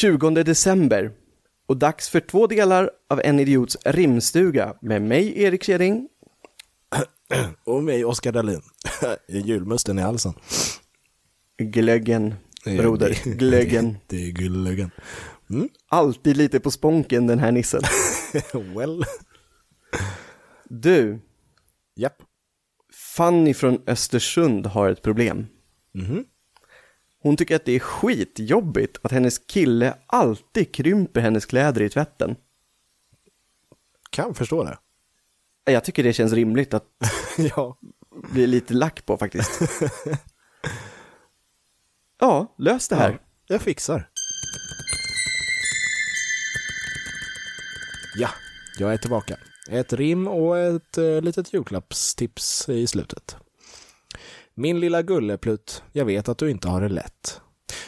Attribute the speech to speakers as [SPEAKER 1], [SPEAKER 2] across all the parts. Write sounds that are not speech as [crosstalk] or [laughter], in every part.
[SPEAKER 1] 20 december och dags för två delar av En Idiots rimstuga med mig, Erik Kjering.
[SPEAKER 2] Och mig, Oskar Dahlin. [laughs] Julmusten i halsen.
[SPEAKER 1] Glöggen, broder.
[SPEAKER 2] Det är-
[SPEAKER 1] Glöggen.
[SPEAKER 2] [laughs] Det är glöggen. Mm.
[SPEAKER 1] Alltid lite på spånken den här nissen.
[SPEAKER 2] [laughs] Well.
[SPEAKER 1] Du,
[SPEAKER 2] Japp.
[SPEAKER 1] Fanny från Östersund har ett problem. Hon tycker att det är skitjobbigt att hennes kille alltid krymper hennes kläder i tvätten.
[SPEAKER 2] Kan förstå det. [laughs]
[SPEAKER 1] Jag tycker det känns rimligt att
[SPEAKER 2] ja.
[SPEAKER 1] bli lite lack på faktiskt. Ja, lös det här.
[SPEAKER 2] Jag fixar. Ja, jag är tillbaka. Ett rim och ett eh, litet julklappstips i slutet. Min lilla gulleplutt, jag vet att du inte har det lätt.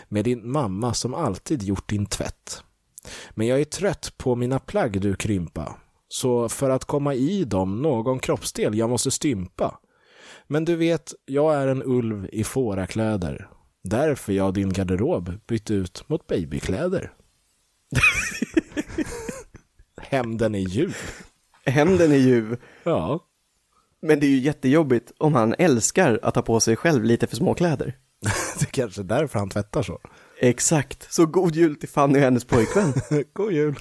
[SPEAKER 2] Med din mamma som alltid gjort din tvätt. Men jag är trött på mina plagg du krympa. Så för att komma i dem någon kroppsdel jag måste stympa. Men du vet, jag är en ulv i fårakläder. Därför jag din garderob bytt ut mot babykläder. [laughs] Hämnden är djup.
[SPEAKER 1] Hämnden är ljuv,
[SPEAKER 2] Ja.
[SPEAKER 1] men det är ju jättejobbigt om han älskar att ha på sig själv lite för små kläder.
[SPEAKER 2] [laughs] Det är kanske är därför han tvättar så.
[SPEAKER 1] Exakt, så god jul till Fanny och hennes pojkvän.
[SPEAKER 2] God jul.